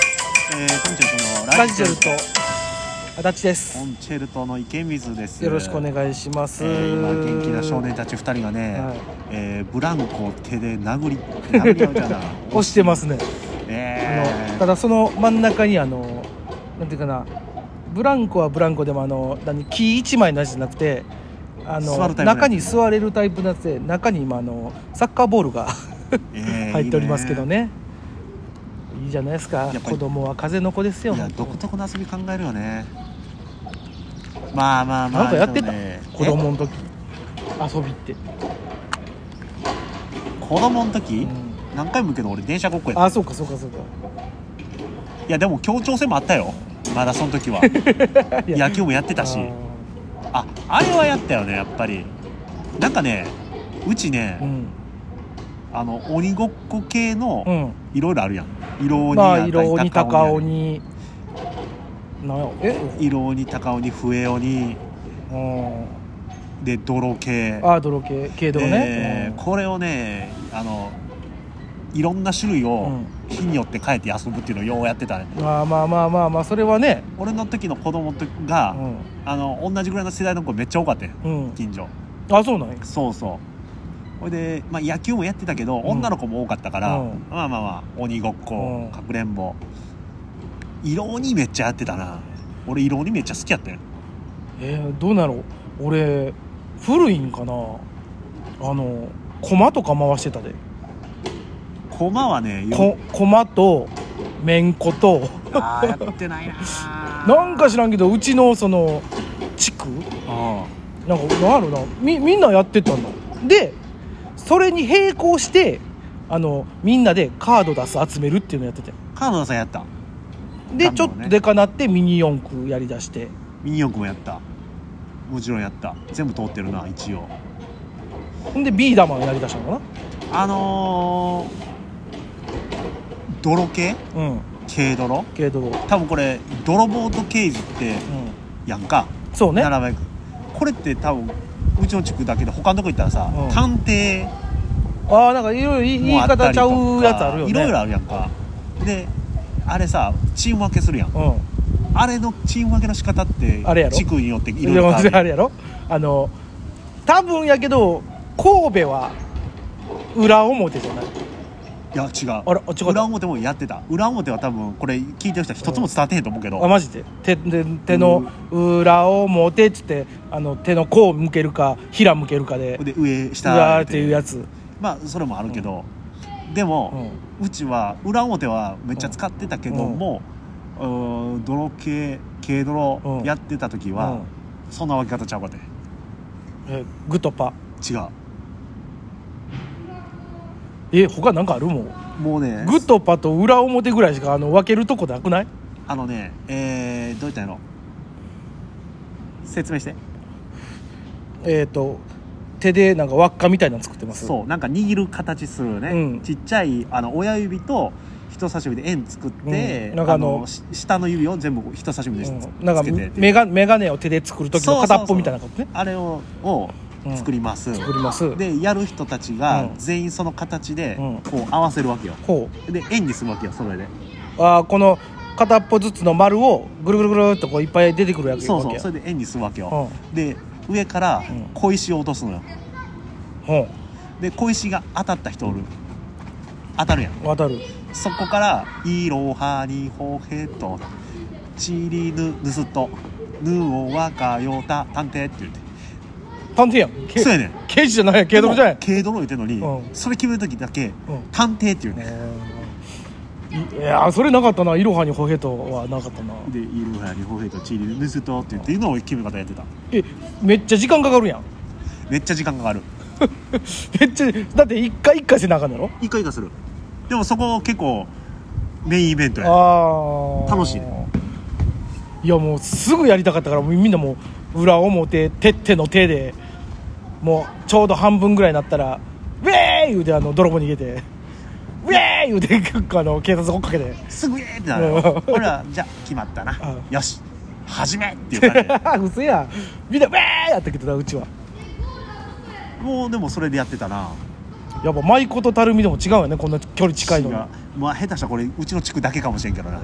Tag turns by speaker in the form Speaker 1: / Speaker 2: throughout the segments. Speaker 1: コンチェルトの
Speaker 2: ラ
Speaker 1: ラ
Speaker 2: ジ
Speaker 1: ジ
Speaker 2: チ
Speaker 1: チェ
Speaker 2: ェル
Speaker 1: ル
Speaker 2: と
Speaker 1: ト
Speaker 2: 足立です
Speaker 1: コンチェルトの池水です
Speaker 2: よろしくお願いします、
Speaker 1: えー今元気な少年たち2人がね、
Speaker 2: はい
Speaker 1: えーブランコを手で殴り殴り合うじゃな
Speaker 2: 押してますね、
Speaker 1: え
Speaker 2: あの
Speaker 1: ー
Speaker 2: ただその真ん中にあのなんていうかなブランコはブランコでもあの何木一枚のやつじゃなくてあ
Speaker 1: 座
Speaker 2: の
Speaker 1: るタイプのやつ
Speaker 2: 中に座れるタイプのやつで中に今あのサッカーボールが
Speaker 1: えー
Speaker 2: 入っておりますけど
Speaker 1: いい
Speaker 2: ねいいじゃないです
Speaker 1: や
Speaker 2: か
Speaker 1: っぱり
Speaker 2: 子供は風の子ですよ
Speaker 1: いや
Speaker 2: 本当
Speaker 1: 独特の遊び考えるよねまあまあまあ
Speaker 2: なんかやってた、
Speaker 1: でもね
Speaker 2: 子供の時遊びって、
Speaker 1: え子供の時、
Speaker 2: うん
Speaker 1: 何回も言うけど俺電車ごっこやった
Speaker 2: あそうかそうかそうか
Speaker 1: いやでも協調性もあったよまだその 時は野球もやってたし
Speaker 2: あ
Speaker 1: ああれはやったよねやっぱりなんかねうちね、
Speaker 2: ーうん
Speaker 1: あの鬼ごっこ系
Speaker 2: う
Speaker 1: の
Speaker 2: ん
Speaker 1: いろいろあるやん色鬼
Speaker 2: まあ
Speaker 1: やった
Speaker 2: 色
Speaker 1: り
Speaker 2: 鬼
Speaker 1: 高
Speaker 2: 高
Speaker 1: 鬼や
Speaker 2: 鬼なんやえ
Speaker 1: 色鬼高鬼笛鬼
Speaker 2: うん
Speaker 1: で泥系
Speaker 2: アードロ系系動
Speaker 1: で
Speaker 2: ね、
Speaker 1: これをねあのいろんな種類
Speaker 2: う
Speaker 1: を
Speaker 2: ん
Speaker 1: 日によって変えて遊ぶっていうのをようやってたね
Speaker 2: うんまあまあまあまあまあそれはね
Speaker 1: 俺の時の子供とが、あの同じぐらいの世代の子めっちゃ多かったよ
Speaker 2: うん、うん、
Speaker 1: 近所
Speaker 2: あそうなんや
Speaker 1: そうそうほいで、まあ、野球もやってたけど、
Speaker 2: ん
Speaker 1: 女の子も多かったから、
Speaker 2: うん
Speaker 1: まあまあまあ鬼ごっ
Speaker 2: う
Speaker 1: こ
Speaker 2: ん
Speaker 1: かくれんぼ色鬼めっちゃやってたな俺色鬼めっちゃ好きやったよ
Speaker 2: えーどうなろう俺古いんかなあの駒とか回してたで
Speaker 1: 駒はねよ
Speaker 2: こ駒とめんこと
Speaker 1: あーやってないなー
Speaker 2: なんか知らんけどうちのその地区
Speaker 1: うん
Speaker 2: なんかなんやろなみみんなやってたんだでそれに並行してあのみんなでカード出す集めるっていうのやってて
Speaker 1: カードさんやった
Speaker 2: で
Speaker 1: なるほどね
Speaker 2: ちょっとでかなってミニ四駆やりだして
Speaker 1: ミニ四駆もやったもちろんやった全部通ってるな一応
Speaker 2: ほんでビーダマンやりだしたのか
Speaker 1: あのー、泥系
Speaker 2: なうん
Speaker 1: 軽泥
Speaker 2: けど、うん、
Speaker 1: 多分これ泥棒と刑事ってやんか
Speaker 2: そうね
Speaker 1: 並べこれって多分うちの地区だけで他のとこ行ったらさ、
Speaker 2: うん
Speaker 1: 探偵
Speaker 2: ああなんかいろいろ言い言い
Speaker 1: もあった
Speaker 2: 方
Speaker 1: り
Speaker 2: ち
Speaker 1: と
Speaker 2: ゃ
Speaker 1: か
Speaker 2: うやつあるよね
Speaker 1: いろいろあるやんかであれさチーム分けするやん
Speaker 2: う
Speaker 1: あれのチーム分けの仕方って
Speaker 2: あれやろ
Speaker 1: 地区によってい
Speaker 2: ん
Speaker 1: ろ
Speaker 2: い
Speaker 1: いろ
Speaker 2: や
Speaker 1: あ
Speaker 2: あ
Speaker 1: るやん
Speaker 2: れやろあの多分やけど神戸は裏表じゃない
Speaker 1: いや違う
Speaker 2: あらあ違った
Speaker 1: 裏表もやってた裏表は多分これ聞いてる人は一つも伝わってへんと思うけど、
Speaker 2: あマジで手で手の裏を持てっつってあの手の甲を向けるか平向けるかで
Speaker 1: で上
Speaker 2: うわ
Speaker 1: 下
Speaker 2: ーっていうやつ、
Speaker 1: まあそれもあるけど、で
Speaker 2: う
Speaker 1: も、
Speaker 2: ん、
Speaker 1: うちは裏表はめっちゃ使ってたけども、うーん泥系軽
Speaker 2: う
Speaker 1: 泥
Speaker 2: ん
Speaker 1: やってた時
Speaker 2: う
Speaker 1: は
Speaker 2: ん、
Speaker 1: そんな分け方ちゃうかって
Speaker 2: えグとパ
Speaker 1: 違う
Speaker 2: え他なんかあるもん
Speaker 1: もうね
Speaker 2: グとパと裏表ぐらいしかあの分けるとこなくない
Speaker 1: あのねえー、どういったんやろ説明して
Speaker 2: えっ、と手でなんか輪っかみたいなの作ってます
Speaker 1: そうなんか握る形するよね、
Speaker 2: うん
Speaker 1: ちっちゃいあの親指と人差し指で円作って、
Speaker 2: うんなんかあの
Speaker 1: し下の指を全部人差し指でつ,、
Speaker 2: ん、なんか
Speaker 1: けてっていう
Speaker 2: メガメガネを手で作る時の片っぽみたいなことね
Speaker 1: あれをを
Speaker 2: うん
Speaker 1: 作ります、
Speaker 2: 作ります
Speaker 1: でやる人たちが
Speaker 2: うん
Speaker 1: 全員その形で
Speaker 2: うん
Speaker 1: こう合わせるわけよ
Speaker 2: ほ
Speaker 1: で円にするわけよそれで
Speaker 2: うあーこの片っぽずつの丸をぐるぐるぐるっとこういっぱい出てくるやつ
Speaker 1: そうそう
Speaker 2: や
Speaker 1: それで円にするわけ
Speaker 2: ほ
Speaker 1: よで上から
Speaker 2: うん
Speaker 1: 小石を落とすのよ
Speaker 2: うほ
Speaker 1: で小石が当たった人おる当たるやん
Speaker 2: う渡る
Speaker 1: そこから「イロハニホヘトチリヌヌストヌオワカヨタ探偵」って言って
Speaker 2: 探偵やんけ
Speaker 1: そうやねん
Speaker 2: 刑事じゃないやん軽泥じゃない
Speaker 1: 軽泥言ってんのに、
Speaker 2: うん
Speaker 1: それ決める時だけ
Speaker 2: うん
Speaker 1: 「探偵」って言うね
Speaker 2: いやそれなかったな「いろはにほへと」はなかったな
Speaker 1: で「イロハニホヘトチリヌヌスト」って言っていうのを決め方やってた
Speaker 2: えめっちゃ時間かかるやん
Speaker 1: めっちゃ時間かかる
Speaker 2: めっちゃだって一回一回せなあかんやろ
Speaker 1: 一回一回するでもそこ結構メインイベントやね
Speaker 2: ああ
Speaker 1: 楽しい
Speaker 2: いやもうすぐやりたかったからもうみんなもう裏表手手の手でもうちょうど半分ぐらいになったら「ウェーイ!」言うてあの泥棒逃げて「ウェーイ!」言うてあの警察追っかけて
Speaker 1: すぐえーってなるよ
Speaker 2: うん
Speaker 1: 俺らじゃあ決まったな
Speaker 2: う
Speaker 1: よし始めっていう感じで
Speaker 2: 嘘やみんな「ウェーイ!」やったけどなうちは
Speaker 1: もうでもそれでやってたな
Speaker 2: やっぱ舞妓とたるみでも違うよねこんな距離近いの
Speaker 1: 違
Speaker 2: に
Speaker 1: うまあ下手したらこれうちの地区だけかもしれんけどな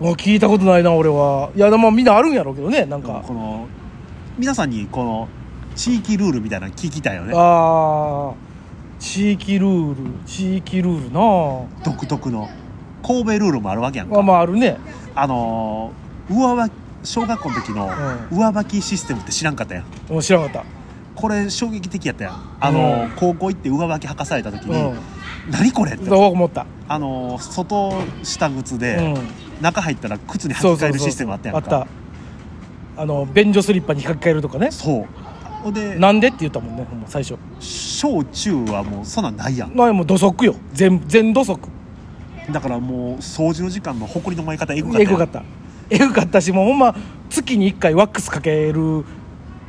Speaker 2: もう聞いたことないな俺はいやでもみんなあるんやろうけどねなん
Speaker 1: でも
Speaker 2: か
Speaker 1: この皆さんにこの地域ルールみたいなの聞きたいよね
Speaker 2: あー地域ルール地域ルールな
Speaker 1: 独特の神戸ルールもあるわけやん
Speaker 2: まあ
Speaker 1: か
Speaker 2: まああるね
Speaker 1: あのー上履き小学校の時の
Speaker 2: う
Speaker 1: 上履きシステムって知らんかったやん
Speaker 2: もう知らなかっ
Speaker 1: これ衝撃的やったやんあのー、
Speaker 2: うん
Speaker 1: 高校行って上履き履かされた時に、
Speaker 2: うん
Speaker 1: 何これって
Speaker 2: たそう思った、
Speaker 1: あのー外下靴で、
Speaker 2: うん
Speaker 1: 中入ったら靴に履き替えるシステムあったやんか
Speaker 2: あったあの便所スリッパに引っ掛けるとかね
Speaker 1: そうほんで
Speaker 2: なんでって言ったもんねほんま最初
Speaker 1: 小中はもうそんなんないやん
Speaker 2: まあもう土足よ全全土足
Speaker 1: だからもう掃除の時間の埃の舞い方エグかった
Speaker 2: エ
Speaker 1: やん
Speaker 2: グかったエグかったしもうほんま月に1回ワックスかける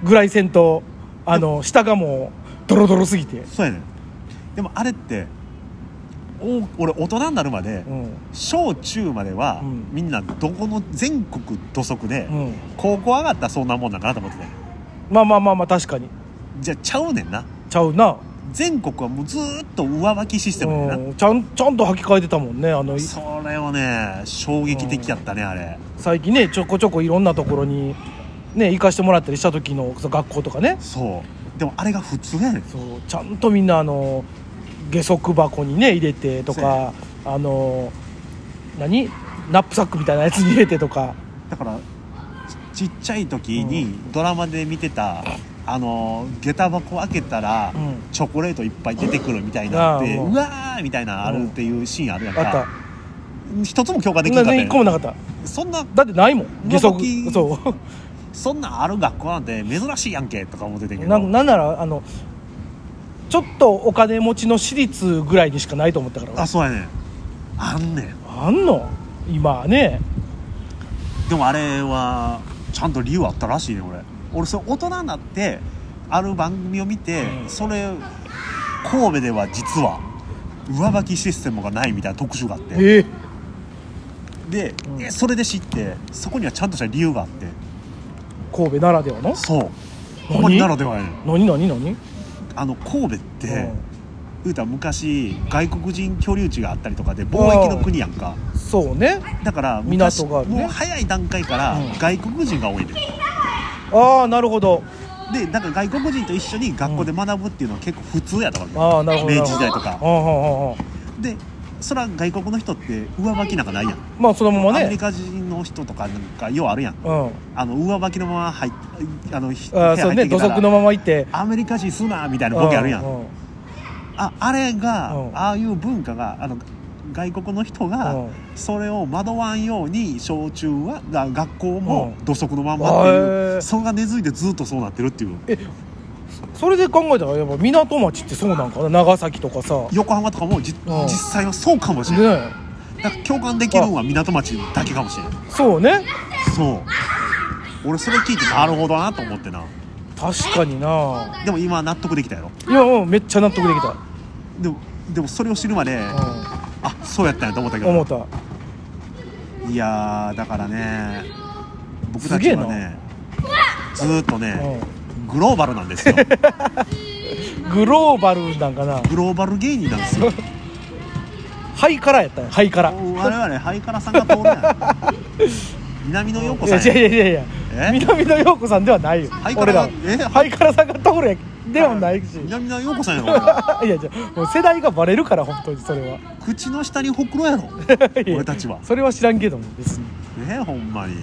Speaker 2: ぐらいせんとあの下がもうドロドロすぎて
Speaker 1: そうやねんでもあれってお俺大人になるまで、
Speaker 2: うん
Speaker 1: 小中までは、
Speaker 2: うん
Speaker 1: みんなどこの全国土足で、
Speaker 2: うん
Speaker 1: 高校上がったらそんなもんなんかなと思ってたよ
Speaker 2: まあまあまあまあ確かに
Speaker 1: じゃあちゃうねんな
Speaker 2: ちゃうな
Speaker 1: 全国はもうずーっと上履きシステムやねんな、
Speaker 2: うん、ちゃんちゃんと履き替えてたもんねあの
Speaker 1: それはね衝撃的やったね、あれ
Speaker 2: 最近ねちょこちょこいろんなところにね行かしてもらったりした時のその学校とかね
Speaker 1: そうでもあれが普通やねん
Speaker 2: そうちゃんとみんなあの下足箱にね入れてと
Speaker 1: そうや
Speaker 2: かあの何ナップサックみたいなやつに入れてとか
Speaker 1: だからちちっちゃい時にドラマで見てた、あの下駄箱開けたら、
Speaker 2: うん
Speaker 1: チョコレートいっぱい出てくるみたいなって、
Speaker 2: うん
Speaker 1: うわーみたいなあるっていうシーンあるやん
Speaker 2: あった
Speaker 1: か、一つも強化できなかっ
Speaker 2: 全
Speaker 1: た
Speaker 2: 然
Speaker 1: や
Speaker 2: 一
Speaker 1: ん
Speaker 2: 個もなかった
Speaker 1: そんな
Speaker 2: だってないもん
Speaker 1: 上履
Speaker 2: 下足
Speaker 1: き
Speaker 2: そ
Speaker 1: そんなんある学校なんて珍しいやんけとか思っててん
Speaker 2: う
Speaker 1: け
Speaker 2: な
Speaker 1: ど
Speaker 2: なんならあのちょっとお金持ちの私立ぐらいにしかないと思ったから
Speaker 1: あそうやねんあんねん
Speaker 2: あんの今はね
Speaker 1: でもあれはちゃんと理由あったらしいね俺俺それ大人になってある番組を見て、
Speaker 2: うん
Speaker 1: それ神戸では実は上履きシステムがないみたいな特集があって
Speaker 2: ええ
Speaker 1: で、
Speaker 2: うん
Speaker 1: えそれで知ってそこにはちゃんとした理由があって
Speaker 2: 神戸ならではの
Speaker 1: そう
Speaker 2: 何
Speaker 1: ほんまにならではやねん
Speaker 2: 何何何
Speaker 1: あの神戸って、
Speaker 2: う
Speaker 1: 言うたら昔外国人居留地があったりとかで貿易の国やんか
Speaker 2: んそうね
Speaker 1: だから
Speaker 2: 港があるね
Speaker 1: もう早い段階から
Speaker 2: うん
Speaker 1: 外国人が多いね、
Speaker 2: ああなるほど
Speaker 1: でなんか外国人と一緒に学校で学ぶっていうのは結構普通やったわけ、
Speaker 2: ああなるほど
Speaker 1: 明
Speaker 2: なるほ
Speaker 1: 治
Speaker 2: ど
Speaker 1: 時代とか
Speaker 2: ああああああ
Speaker 1: でそら外国の人って上履きなんかないやん、
Speaker 2: まあそのまま
Speaker 1: アメリ
Speaker 2: ね
Speaker 1: カ人の人とかなんかようあるやん
Speaker 2: うん
Speaker 1: あの上履きのまま入っあのひ部
Speaker 2: あ
Speaker 1: 屋
Speaker 2: あ
Speaker 1: 入
Speaker 2: そう
Speaker 1: ってき
Speaker 2: ね土
Speaker 1: たら
Speaker 2: 足のまま行って
Speaker 1: アメリカ人すなみたいなボケあるやん、
Speaker 2: うう
Speaker 1: ああれが、
Speaker 2: うん
Speaker 1: ああいう文化があの外国の人が、
Speaker 2: うん
Speaker 1: それを惑わんように小中はだ学校も
Speaker 2: うん
Speaker 1: 土足のまんまっていう、
Speaker 2: へー
Speaker 1: それが根付いてずっとそうなってるっていう
Speaker 2: えそれで考えたらやっぱ港町ってそうなんかな長崎とかさね
Speaker 1: 横浜とかもじ、
Speaker 2: うん
Speaker 1: 実際はそうかもしれない、
Speaker 2: え
Speaker 1: だから共感できるのは港町だけかもしれない
Speaker 2: そうね
Speaker 1: そう俺それ聞いてなるほどなと思ってな
Speaker 2: 確かにな
Speaker 1: でも今納得できたやろ
Speaker 2: いやもうめっちゃ納得できた、
Speaker 1: でもでもそれを知るまで、
Speaker 2: う
Speaker 1: あそうやったんやと思ったけ
Speaker 2: ん、思っ
Speaker 1: ど
Speaker 2: た
Speaker 1: いやーだからね僕た
Speaker 2: すげ
Speaker 1: ち
Speaker 2: え
Speaker 1: は
Speaker 2: な
Speaker 1: ねずーっとね、
Speaker 2: う
Speaker 1: グローバルなん ですよ
Speaker 2: んグローバルなんかな
Speaker 1: グローバル芸人なんですよ
Speaker 2: ハイカラやったんやハイカラ
Speaker 1: 我々ハイカラさんが通るやん 南野陽子
Speaker 2: い
Speaker 1: さ
Speaker 2: や
Speaker 1: ん
Speaker 2: いや
Speaker 1: や
Speaker 2: いやいや
Speaker 1: え
Speaker 2: 南野陽子さんではないよ
Speaker 1: ハイカ
Speaker 2: 俺
Speaker 1: ラが
Speaker 2: らは
Speaker 1: え
Speaker 2: ハイカラさんが通るやで はないしい
Speaker 1: 南野陽子さんやろ俺ら
Speaker 2: やじゃあもう世代がバレるから本当にそれは
Speaker 1: 口の下にほくろ やろ
Speaker 2: いや
Speaker 1: 俺たちは
Speaker 2: それは知らんけども別に
Speaker 1: ねほんまに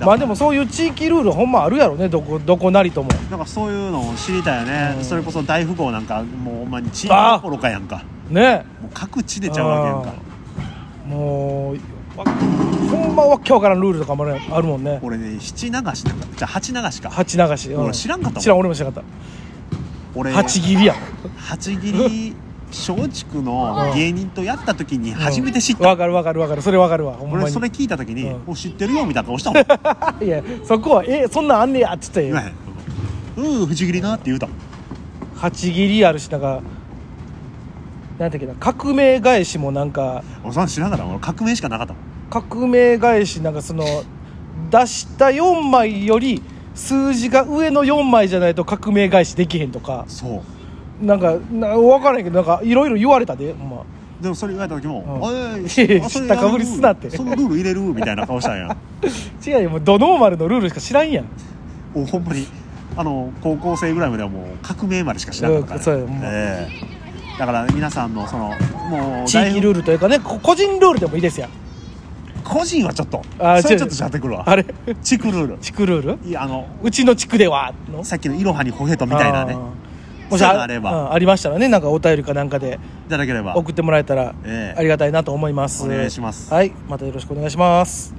Speaker 2: まあでもそういう地域ルールほんまあるやろねどこどこなりとも
Speaker 1: なんかそういうのを知りたいよね、
Speaker 2: うん
Speaker 1: それこそ大富豪なんかもうほんまに地域どころかやんか
Speaker 2: ね
Speaker 1: もう各地でちゃうわけやんか
Speaker 2: もうわほんまわっけわからんルールとかもあるやんあるもんね
Speaker 1: 俺ね七流しなんかじゃあ八流しか
Speaker 2: 八流し、う
Speaker 1: 俺知らんかったもん
Speaker 2: 知らん俺も知らんかっ
Speaker 1: 俺
Speaker 2: た八切りやん
Speaker 1: 八切り松竹の芸人とやった時に初めて知っ
Speaker 2: わ、
Speaker 1: た、
Speaker 2: かるわかるわかるそれわかるわほんまに
Speaker 1: 俺それ聞いた時に
Speaker 2: うん
Speaker 1: 「お知ってるよ」みたいな顔したもん
Speaker 2: いやそこは「えそんなんあんねや」っつって
Speaker 1: 言わへんうんうん藤切りなって言うたもん
Speaker 2: 八切りあるしなんかなんだっけな革命返しもなんか
Speaker 1: 俺そんなん知らんから俺革命しかなかったもん
Speaker 2: 革命返しなんかその出した4枚より数字が上の4枚じゃないと革命返しできへんとか
Speaker 1: そう
Speaker 2: なんかな分からへんけどなんかいろいろ言われたでほんま
Speaker 1: でもそれ言われた時も
Speaker 2: うん
Speaker 1: 「おいおい
Speaker 2: いやいや
Speaker 1: あそれ
Speaker 2: 知ったかぶりすなって
Speaker 1: そのルール入れる?」みたいな顔したんや
Speaker 2: 違うよもうドノーマルのルールしか知らんやん
Speaker 1: おほんまにあの高校生ぐらいまではもう革命までしかしなかったから、
Speaker 2: うんそうやもう
Speaker 1: ええだから皆さんのそのもう
Speaker 2: 地域ルールというかねこ個人ルールでもいいですやん
Speaker 1: 個人はちょっと
Speaker 2: あー
Speaker 1: それち
Speaker 2: 違
Speaker 1: ょ
Speaker 2: う
Speaker 1: っと違ってくるわ
Speaker 2: あれ
Speaker 1: 地区ルール
Speaker 2: 地区ルール
Speaker 1: いやあの
Speaker 2: うちの地区ではの
Speaker 1: さっきの「いろはにほへと」みたいなね
Speaker 2: あー
Speaker 1: そういうのあれば
Speaker 2: うんありましたらねなんかお便りかなんかで
Speaker 1: いただければ
Speaker 2: 送ってもらえたら
Speaker 1: ええ
Speaker 2: ありがたいなと思います、
Speaker 1: お願いします
Speaker 2: はいまたよろしくお願いします